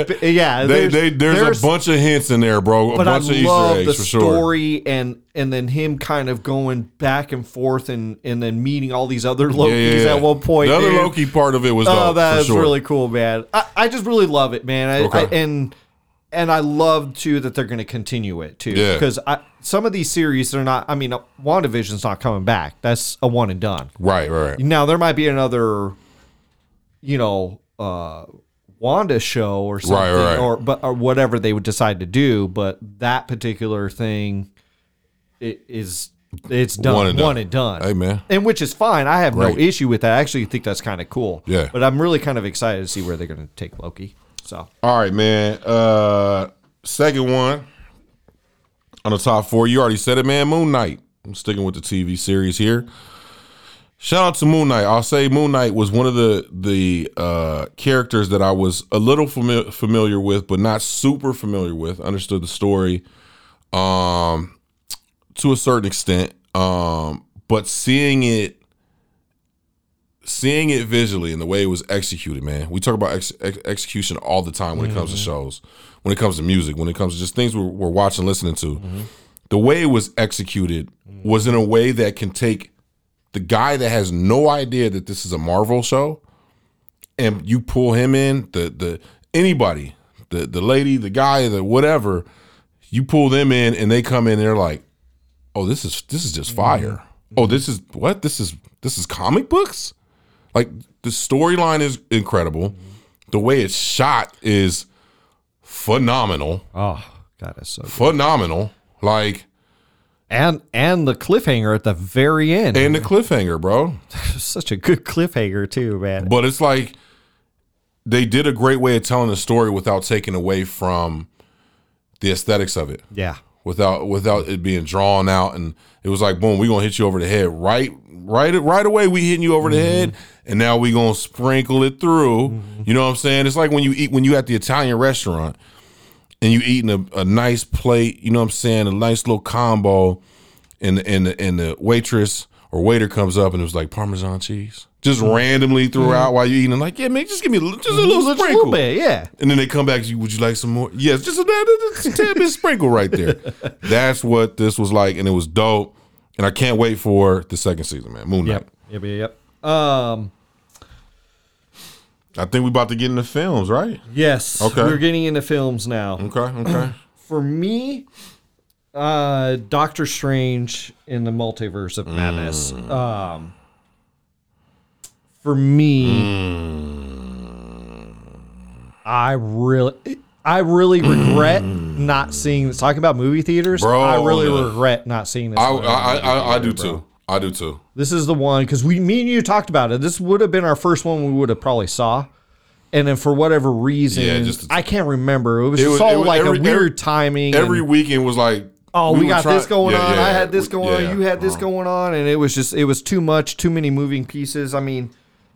It is bi- yeah,
They,
there's-
they, there's,
there's-
a bunch of hints in there, bro. A
but I
bunch of
love
Easter
the
eggs for sure.
story and and then him kind of going back and forth and and then meeting all these other Lokis at one point
The other
dude.
Loki part of it was
Oh,
dope, for
that is
sure.
really cool, man. I, I just really love it, man. I, I,
Okay.
and and I love too that they're going to continue it too,
Yeah.
because I, some of these series they're not. I mean, uh, WandaVision's not coming back. That's a one and done.
right, right, right.
Now there might be another, you know, uh, Wanda show or something,
right.
or but or whatever they would decide to do. But that particular thing, it is it's done,
One
one
and
and
done.
done.
Hey, man.
and which is fine. I have
Right.
no issue with that. I actually think that's kind of cool.
Yeah.
but I'm really kind of excited to see where they're going to take Loki. So
All right, man. Uh, second one on the top four. You already said it, man. Moon Knight. I'm sticking with the TV series here. Shout out to Moon Knight. I'll say Moon Knight was one of the the uh, characters that I was a little fami- familiar with, but not super familiar with. Understood the story, um, to a certain extent. Um, but seeing it, seeing it visually and the way it was executed, man. We talk about ex- ex- execution all the time when it comes to shows, when it comes to music, when it comes to just things we're, we're watching, listening to. The way it was executed was in a way that can take the guy that has no idea that this is a Marvel show, and you pull him in, the the anybody, the the lady, the guy, the whatever, you pull them in and they come in and they're like, Oh, this is this is just fire. Oh, this is what? This is this is comic books? Like the storyline is incredible. The way it's shot is phenomenal.
oh god, that's so. Good.
Phenomenal. Like
And and the cliffhanger at the very end,
and the cliffhanger, bro.
such a good cliffhanger too, man.
But it's like they did a great way of telling the story without taking away from the aesthetics of it.
Yeah,
Without without it being drawn out and it was like boom, we're gonna hit you over the head right right right away we hitting you over the
Mm-hmm.
head and now we gonna sprinkle it through. You know what I'm saying? It's like when you eat when you at the Italian restaurant and you eating a, a nice plate, you know what I'm saying, a nice little combo, and the, and the, and the waitress or waiter comes up and it was like Parmesan cheese, just randomly throughout while you eating, and like yeah, man, just give me a little, just a little
Mm-hmm. Just a
sprinkle,
little bit, yeah.
and then they come back to you, would you like some more? Yes, just a, just a tad bit sprinkle right there. That's what this was like, and it was dope, and I can't wait for the second season, man. Moon Knight.
Yep, yep, yep. yep. Um,
I think we about to get into films, right?
Yes.
Okay.
We're getting into films now.
Okay, okay.
For me, uh, Doctor Strange in the Multiverse of Madness.
Mm.
Um, for me,
Mm.
I really. I really regret not seeing this. Talking about movie theaters,
Mm. Bro,
I really
yeah.
regret not seeing this.
I
one.
I, I, I do too. I do too.
This is the one because we, me and you talked about it. This would have been our first one we would have probably saw, and then for whatever reason,
Yeah, just-
I can't remember. It was
It
just
was-
all
it was
like
every-
a weird
every-
timing. and,
every weekend was like,
oh, we,
were
got
trying-
this going
Yeah,
on.
yeah,
I had this
we-
going
yeah. uh-huh.
on. You had this going on, and it was just it was too much, too many moving pieces. I mean,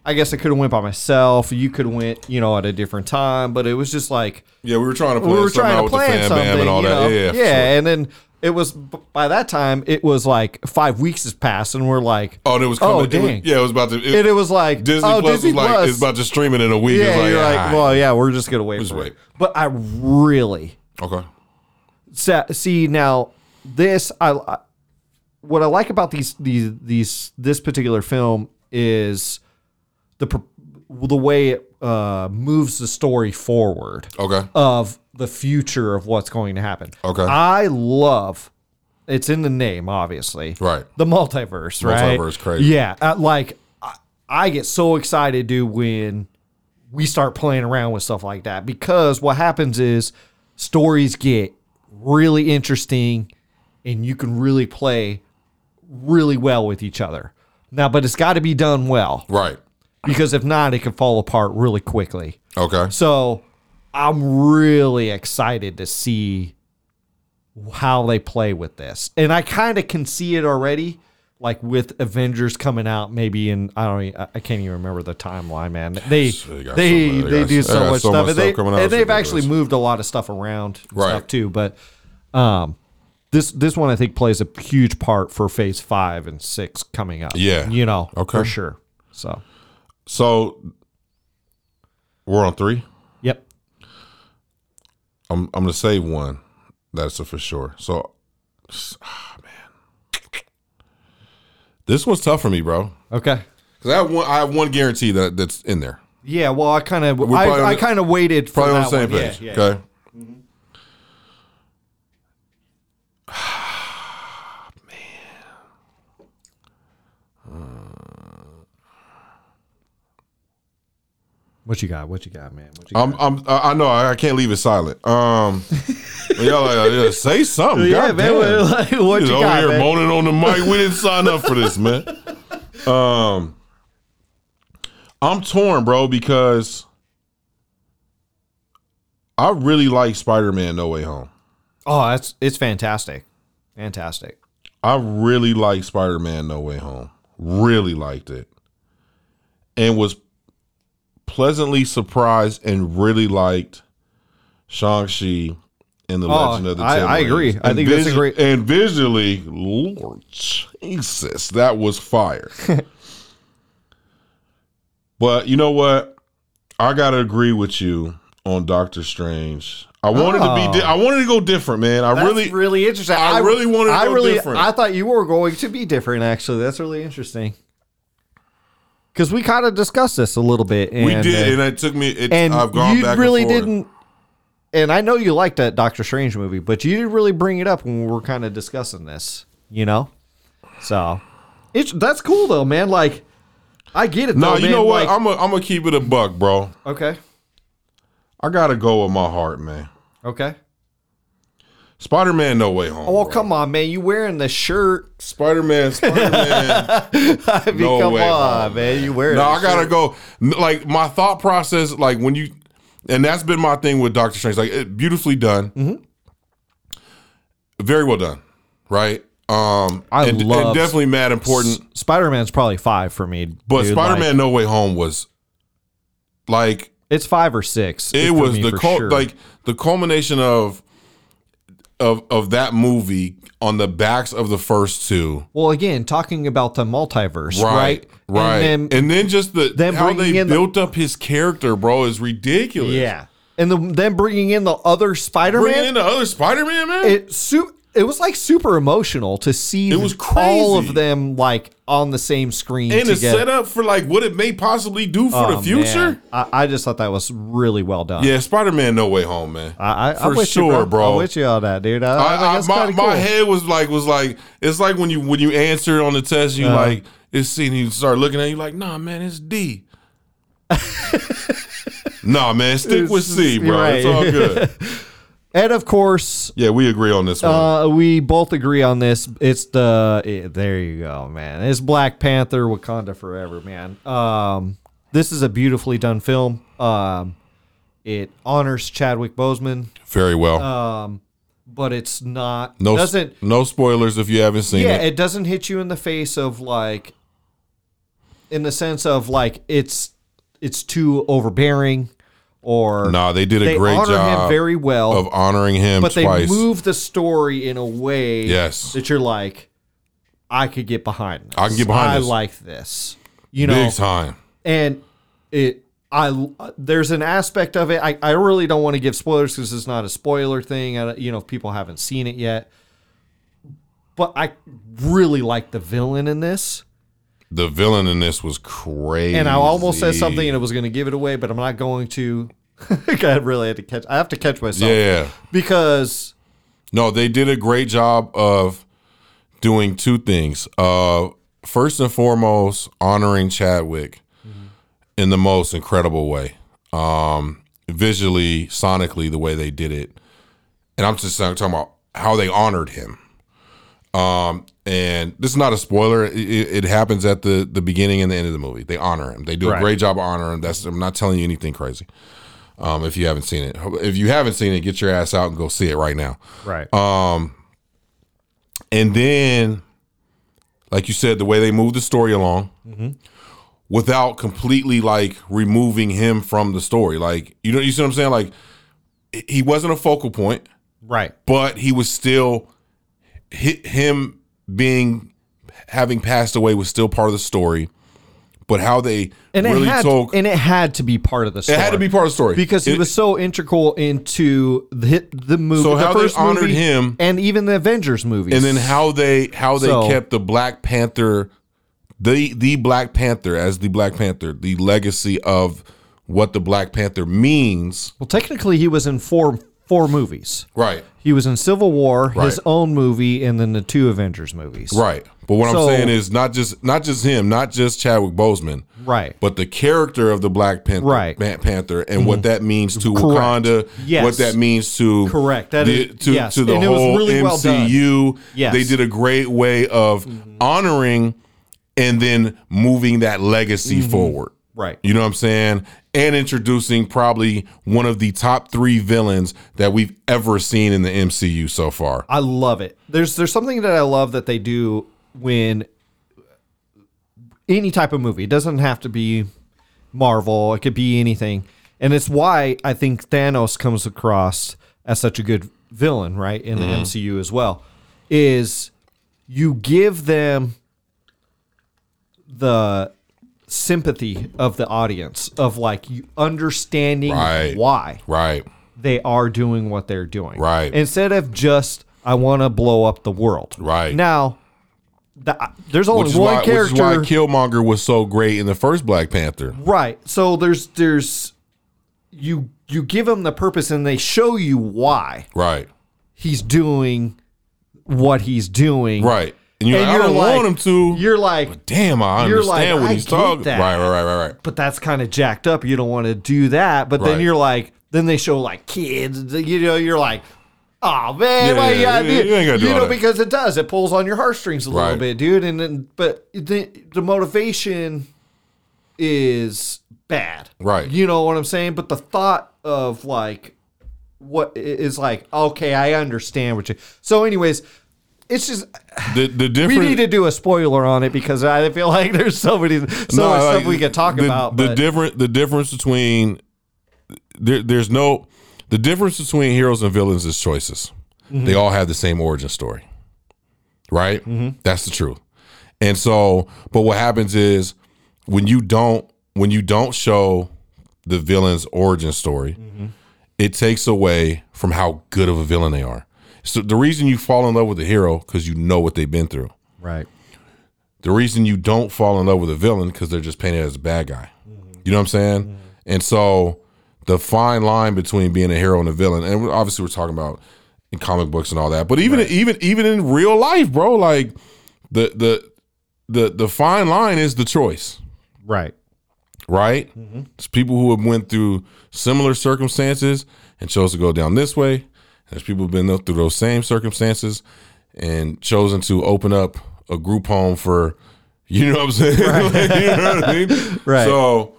I guess I could have went by myself. You could have went, you know, at a different time, but it was just like
Yeah, we were trying to plan
we were
something
trying
out
to
with the
plan
fan
something
bam and all
you
that.
know?
Yeah,
yeah, and then. It was by that time. It was like five weeks has passed, and we're like,
Oh, and it was coming.
Oh,
it was-
dang.
yeah, it was about to. It,
and it was like
Disney
oh,
Plus
Disney
was like,
Plus.
it's about to stream it in a week.
yeah,
it's like,
you're
"Ah."
like, well, yeah, we're just gonna wait.
Just
for
wait.
It. But I really
okay.
sa- see now this I, I what I like about these these these this particular film is the pr- the way it uh, moves the story forward
Okay.
of the future of what's going to happen.
Okay.
I love it's in the name, obviously.
Right.
The multiverse, right?
Multiverse, crazy.
Yeah. uh, like, I, I get so excited, dude, when we start playing around with stuff like that because what happens is stories get really interesting and you can really play really well with each other. Now, but it's got to be done well
Right.
because if not, it can fall apart really quickly.
Okay.
So I'm really excited to see how they play with this. And I kind of can see it already, like with Avengers coming out maybe in I don't e- I I can't even remember the timeline, man. They
They
they
got
they,
so much- they got-
do
they
so
got
much
so
stuff.
much
and they,
stuff coming out,
and
it's
they've
ridiculous.
actually moved a lot of stuff around and
Right.
stuff too, but um this this one I think plays a huge part for phase five and six coming up.
Yeah.
You know,
Okay.
for sure. So
So we're on three.
yep.
I'm I'm gonna say one. That's a for sure. So, ah, man, this one's tough for me, bro.
Okay.
Because I have one. I have one guarantee that that's in there.
Yeah, well I kinda
We're probably on
I, I
the-
kinda waited for
Probably on
that
the same
one.
page.
Yeah, yeah.
okay.
What you got? What you got, man? What you got?
I'm. I'm. I I know. I I can't leave it silent. Um. y'all like, uh, yeah, say something.
yeah,
God
man.
damn.
What, like, what you
He's over
got,
here
man?
moaning on the mic. We didn't sign up for this, man. Um, I'm torn, bro, because I really like Spider-Man: No Way Home.
Oh, that's it's fantastic. Fantastic.
I really liked Spider-Man: No Way Home. Really liked it, and was pleasantly surprised and really liked Shang-Chi and the
Oh,
Legend of the
I-
Ten
I
Rings.
agree. I
And
think that's a
visu-
great-
And visually, Lord Jesus, that was fire. but you know what? I gotta agree with you on Doctor Strange. I wanted to be. Di-
Oh.
I wanted to go different, man. I
That's
really,
really, interesting.
I really wanted to
I
go
really,
different.
I thought you were going to be different. Actually, that's really interesting. Because we kind of discussed this a little bit, and,
we did,
uh,
and it took me. It,
and
I've gone
you
back.
really
and forth.
didn't. And I know you liked that Doctor Strange movie, but you didn't really bring it up when we were kind of discussing this. You know, so it's that's cool though, man. Like, I get it.
No,
though,
you
man.
know what?
Like-
I'm gonna I'm gonna keep it a buck, bro.
okay,
I gotta go with my heart, man.
okay.
Spider Man, no way home.
Oh, well, come on, man. You wearing the shirt?
Spider Man, Spider Man.
I mean,
No
come
way,
on,
man.
man. You wearing?
no,
the
I gotta
shirt.
go. N- Like my thought process, like when you, and that's been my thing with Doctor Strange. Like it, beautifully done,
Mm-hmm.
very well done, right? Um,
I
and, and
love-
definitely mad important.
Spider Man's probably five for me,
But
dude.
Spider Man,
Like,
No Way Home was like
it's five or six.
it
for
was
me
the
for
cul-
sure.
like the culmination of of of that movie on the backs of the first two.
Well, again, talking about the multiverse, right?
Right. Right. And
And
then,
then,
just the
then
how they
bringing in the-
built up his character, bro, is ridiculous.
yeah, and the, then bringing in the other Spider
Bringing in
Man.
the other Spider-Man, man.
It su- It was like super emotional to see.
It was
all
crazy.
of them like on the same screen
and it's
together.
set up for like what it may possibly do for
Oh,
the future.
man. I, I just thought that was really well done.
Yeah, Spider-Man No Way Home, man.
I, I, I'm
For
with you,
sure, bro.
I'm with you on that, dude. I, I, think
I, I,
that's
my,
kinda
my
cool.
head was like was like it's like when you when you answer on the test
Uh-huh.
you like it's seen you start looking at it, you like nah man it's D. nah man stick with C bro
right.
it's all good.
And of course,
Yeah we agree on this one.
Uh, we both agree on this. It's the it- there you go, man. It's Black Panther, Wakanda Forever, man. Um, this is a beautifully done film. Um, it honors Chadwick Boseman,
Very well.
but it's not
no
uh, doesn't
no spoilers if you haven't seen
yeah
it.
it doesn't hit you in the face of like in the sense of like it's it's too overbearing or
Nah they did a
they
great
honor him
job
very well
of honoring him
but
twice.
they move the story in a way
Yes.
that you're like i could get behind this
I can get behind
i
this.
like this you know
Big time.
and it i there's an aspect of it i, I really don't want to give spoilers because it's not a spoiler thing I, don't- you know if people haven't seen it yet but i really like the villain in this
The villain in this was crazy.
and i almost said something and I was going to give it away but i'm not going to i really had to catch i have to catch myself
Yeah.
because
No, they did a great job of doing two things. Uh, first and foremost, honoring Chadwick in the most incredible way, um, visually, sonically, the way they did it. And I'm just talking about how they honored him. Um, and this is not a spoiler. It, it it happens at the the beginning and the end of the movie. They honor him. They do a
Right.
great job of honoring him. That's I'm not telling you anything crazy. Um, if you haven't seen it, if you haven't seen it, get your ass out and go see it right now.
right
Uh, And then, like you said, the way they move the story along without completely like removing him from the story. Like, you know, you see what I'm saying? Like, he wasn't a focal point,
right
but he was still hi- him being having passed away was still part of the story, but how they
and it
really
had
told
and it had to be part of the story.
it had to be part of the story
because he
It-
was so integral into the the movie.
So
the
how they
first
honored
movie
him-
and even the Avengers movies,
and then how they how they
So-
kept the Black Panther, the the Black Panther as the Black Panther, the legacy of what the Black Panther means.
well, technically, he was in four four movies.
Right.
He was in Civil War,
Right.
his own movie, and then the two Avengers movies.
Right. But what
So-
I'm saying is not just not just him, not just Chadwick Boseman,
Right.
but the character of the Black Panther,
Right. Mm-hmm.
Pan- Panther, and what that means to
Correct.
Wakanda,
Yes.
what that means to
Correct. That
the,
is-
to,
yes.
to the
And it was
whole
really well done.
MCU.
Yes. Mm-hmm.
They did a great way of honoring and then moving that
Mm-hmm.
legacy forward.
Right.
You know what I'm saying? And introducing probably one of the top three villains that we've ever seen in the MCU so far.
I love it. There's there's something that I love that they do when any type of movie. It doesn't have to be Marvel. It could be anything. And it's why I think Thanos comes across as such a good villain, right? In the MCU as well. Is you give them the sympathy of the audience of like you understanding
Right.
why
Right.
they are doing what they're doing.
Right.
Instead of just I want to blow up the world.
Right.
Now, the, there's only
Which is,
one
why, which is
character.
why Killmonger was so great in the first Black Panther.
right. So there's there's you you give them the purpose and they show you why
Right.
he's doing what he's doing.
Right. And you're
And
like, I
you're
don't
like-
want him to.
You're like,
Damn, I
you're like,
understand what
I
he's
get
talking.
that.
Right, right, right, right, right.
but that's kind of jacked up. You don't want to do that. But then
Right.
you're like, then they show like kids. You know, you're like, oh man,
Yeah,
why you
yeah,
gotta
yeah,
do?
you ain't gotta do
you
all
know,
that.
because it does. It pulls on your heartstrings a little
Right.
bit, dude. And then, but the the motivation is bad,
Right.
You know what I'm saying? But the thought of like what i- is like, okay, I understand what you. So, anyways. It's just
The, the
we
difference.
need to do a spoiler on it because I feel like there's so many so
No,
much
like,
stuff we could talk
the,
about.
The
but-
different the difference between there, there's no the difference between heroes and villains is choices.
Mm-hmm.
They all have the same origin story. Right?
Mm-hmm.
That's the truth. And so, but what happens is when you don't when you don't show the villain's origin story,
Mm-hmm.
it takes away from how good of a villain they are. So the reason you fall in love with the hero because you know what they've been through.
Right.
The reason you don't fall in love with a villain because they're just painted as a bad guy. You know what I'm saying? And so the fine line between being a hero and a villain, and we're- obviously we're talking about in comic books and all that, but even even even in real life, bro, like the the the the fine line is the choice,
Right.
right? It's people who have went through similar circumstances and chose to go down this way. And There's people who've been through those same circumstances and chosen to open up a group home for, you know what I'm saying? Like, you know what I mean?
Right.
So,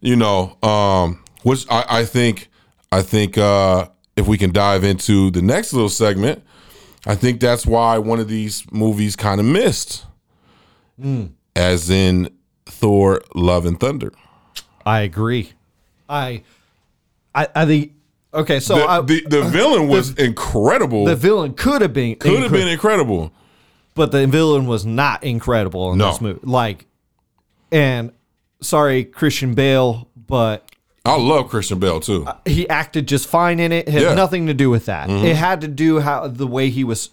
you know, um, which I, I think, I think uh, if we can dive into the next little segment, I think that's why one of these movies kind of missed, as in Thor: Love and Thunder.
I agree. I I, I think okay, so
the,
I, the,
the, the villain was incredible.
villain could have been
Could have been incredible.
but the villain was not incredible in
No.
this movie. Like and sorry Christian Bale, but
I love Christian Bell too.
he acted just fine in it. It had
Yeah. Mm-hmm.
nothing to do with that. It had to do how the way he was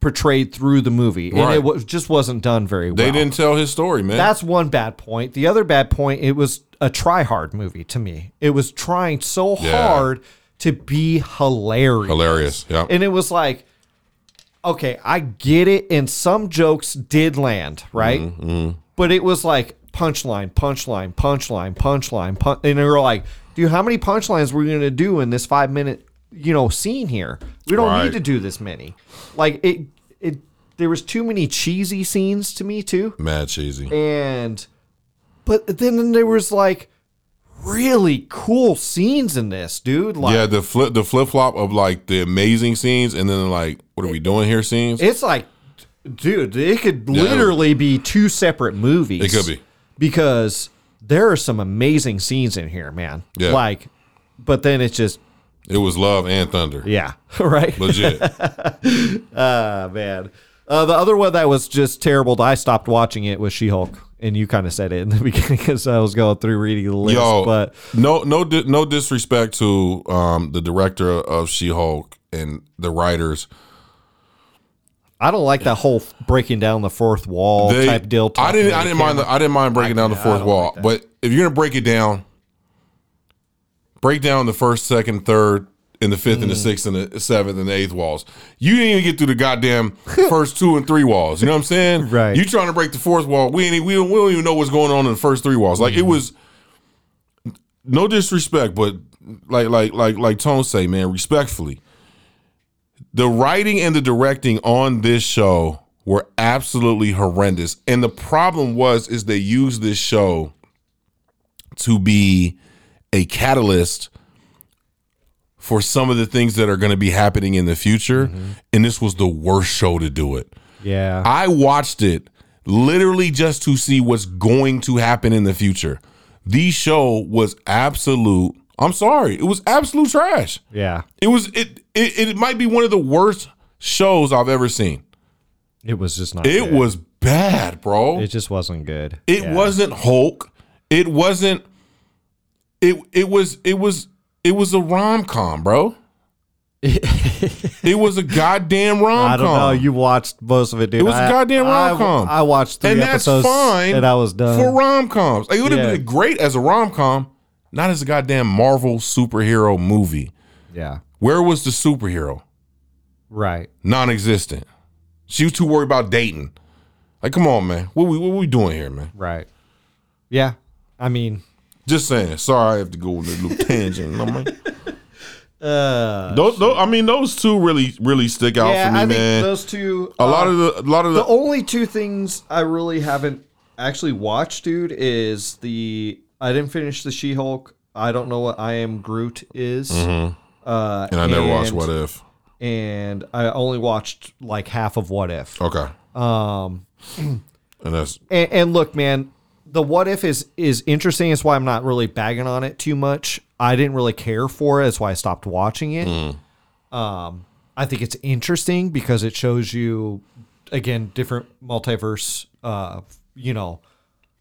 portrayed through the movie. And
Right.
it was, just wasn't done very well.
they didn't tell his story, man.
That's one bad point. The other bad point, it was a try hard movie to me. It was trying so
Yeah.
hard to be hilarious.
Hilarious. Yeah.
And it was like, okay, I get it. And some jokes did land, right?
Mm-hmm,
But it was like punchline, punchline, punchline, punchline, pun- and they were like, dude, how many punchlines were we gonna do in this five minute, you know, scene here? We don't
Right.
need to do this many. Like it, it. There was too many cheesy scenes to me too
Mad cheesy.
and but then there was like really cool scenes in this dude like
Yeah, the flip the flip flop of like the amazing scenes and then like what are we doing here scenes?
it's like dude it could literally be two separate movies
It could be.
because there are some amazing scenes in here man
Yeah.
like but then it's just
It was love and thunder.
yeah right
Legit.
ah man Uh, the other one that was just terrible that I stopped watching it was She Hulk, and you kind of said it in the beginning because I was going through reading the list.
Yo,
but
no, no, di- no disrespect to um, the director of She-Hulk and the writers.
I don't like that whole breaking down the fourth wall
They,
type deal.
I
talking
didn't,
to
I
the
didn't mind. The, I didn't mind breaking down the fourth wall. but if you're gonna break it down, break down the first, second, third, and the fifth, and the sixth, and the seventh, and the eighth walls. You didn't even get through the goddamn first two and three walls. You know what I'm saying?
Right.
You trying to break the fourth wall? We ain't, we don't, we don't even know what's going on in the first three walls. Like it was. No disrespect, but like like like like Tone say, man, respectfully the writing and the directing on this show were absolutely horrendous and the problem was is they used this show to be a catalyst for some of the things that are going to be happening in the future and this was the worst show to do it
Yeah.
I watched it literally just to see what's going to happen in the future. The show was absolute. I'm sorry, it was absolute trash.
yeah.
It was it, it it might be one of the worst shows I've ever seen.
It was just not.
It
good.
was bad, bro.
It just wasn't good.
It
Yeah.
wasn't Hulk. It wasn't it it was it was it was a rom com, bro. it was a goddamn rom com.
I don't know. You watched most of it, dude. It
was a
a
goddamn rom-com.
I, watched three
and that's
episodes,
fine.
and I was done.
for rom coms. It would have
Yeah.
been great as a rom com, not as a goddamn Marvel superhero movie.
yeah,
Where was the superhero?
right.
Non-existent. She was too worried about dating. Like, come on, man. What we what we doing here, man?
Right. Yeah. I mean,
Just saying. Sorry, I have to go on a little tangent. you know what I mean?
uh,
Those, those, I mean, those two really really stick out
yeah,
for me,
I
man.
think those two.
a lot of the a lot of the,
the only two things I really haven't actually watched, dude, is the I didn't finish the She Hulk. I don't know what I am Groot is. Uh,
and I never watched What If.
And I only watched like half of What If.
Okay. Um. And that's
and, and look, man, the what if is is interesting. It's why I'm not really bagging on it too much. I didn't really care for it. That's why I stopped watching it. Um, I think it's interesting because it shows you again different multiverse. Uh, you know,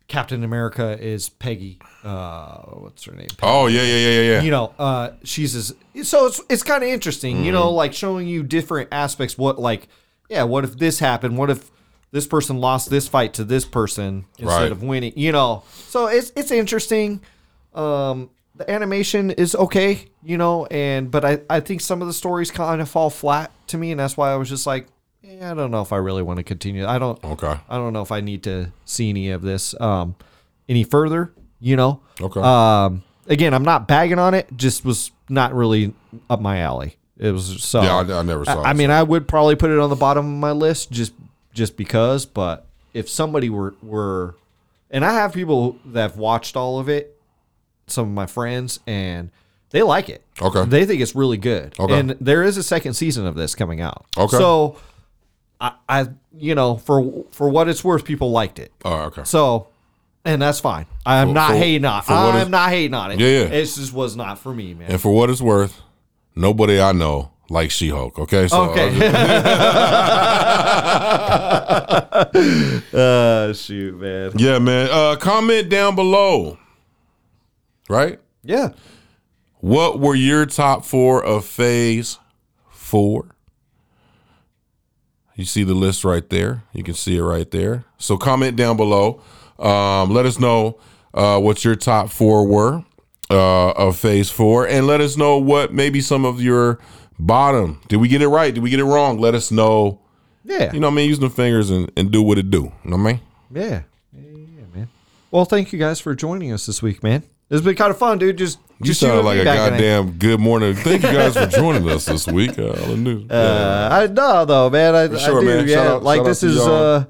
Captain America is Peggy. Uh, what's her name?
oh yeah yeah yeah yeah yeah.
you know, uh, she's as so it's it's kind of interesting, you
Mm.
know, like showing you different aspects. What like, yeah, what if this happened? What if this person lost this fight to this person instead
Right.
of winning? You know, so it's it's interesting. Um, the animation is okay, you know, and but I I think some of the stories kind of fall flat to me, and that's why I was just like, eh, I don't know if I really want to continue. I don't
Okay.
I don't know if I need to see any of this um, any further. You know.
Okay.
Um, again, I'm not bagging on it. Just was not really up my alley. It was so.
Yeah, I- I never saw it,
I, mean, I would probably put it on the bottom of my list just just because. But if somebody were were, and I have people that have watched all of it, some of my friends, and they like it.
Okay.
They think it's really good.
Okay.
And there is a second season of this coming out.
Okay.
So. I, I you know for for what it's worth people liked it
Oh okay.
so, and that's fine. I am
For-
not
for-
hating on.
for what
I'm
is-
not hating on it.
Yeah, yeah.
It just was not for me, man.
And for what it's worth, nobody I know likes She Hulk. Okay. So
okay. uh, shoot, man.
yeah, man. Uh, comment down below. Right?
Yeah.
What were your top four of phase four? You see the list right there. You can see it right there. So comment down below. Um, let us know uh, what your top four were uh, of phase four, and let us know what maybe some of your bottom. Did we get it right? Did we get it wrong? Let us know.
Yeah.
You know what I mean? Use the fingers and, and do what it do. You know what I mean?
Yeah. Yeah, man. Well, thank you guys for joining us this week, man. It's been kind of fun, dude. Just
You
just
sound
and
like
me
a
back in it.
goddamn good morning. Thank you guys for joining us this week. Uh, hallelujah.
Uh, I know though, man. I,
sure,
I do.
man.
Yeah,
Shout out-
like
shout out
this
to
is
y'all.
uh,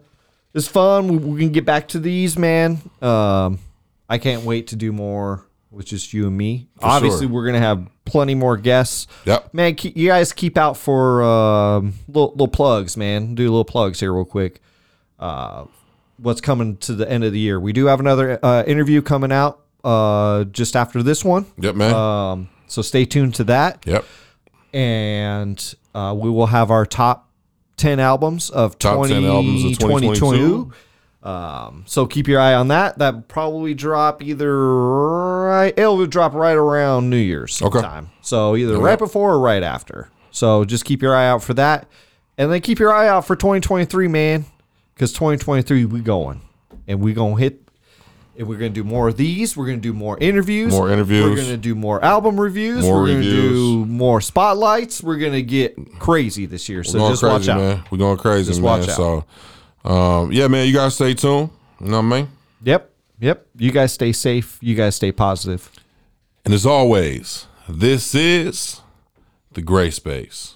it's fun. We, we can get back to these, man. Um, I can't wait to do more with just you and me. Obviously,
sure.
we're gonna have plenty more guests.
Yep.
man. Keep, you guys keep out for um, little, little plugs, man. Do little plugs here real quick. Uh, what's coming to the end of the year? We do have another uh, interview coming out uh, just after this one.
Yep, man.
Um, so stay tuned to that
yep.
and uh, we will have our top ten albums of
Top 10
20,
albums of
2022.
2022.
Um, so keep your eye on that. That will probably drop either right. It'll drop right around New Year's
Okay.
sometime. So either right before or right after. So just keep your eye out for that, and then keep your eye out for 2023, man, because 2023 we going, and we gonna hit. And we're gonna do more of these. We're gonna do more interviews.
More interviews.
We're gonna do more album reviews.
More
we're gonna do
reviews.
more spotlights. We're gonna get crazy this year. So
going
just
crazy,
watch out.
man. We're going crazy,
Just
man.
watch out.
So, um, yeah, man, you guys stay tuned. You know what I mean?
Yep. Yep. You guys stay safe. You guys stay positive.
And as always, this is the gray space.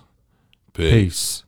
Peace.
Peace.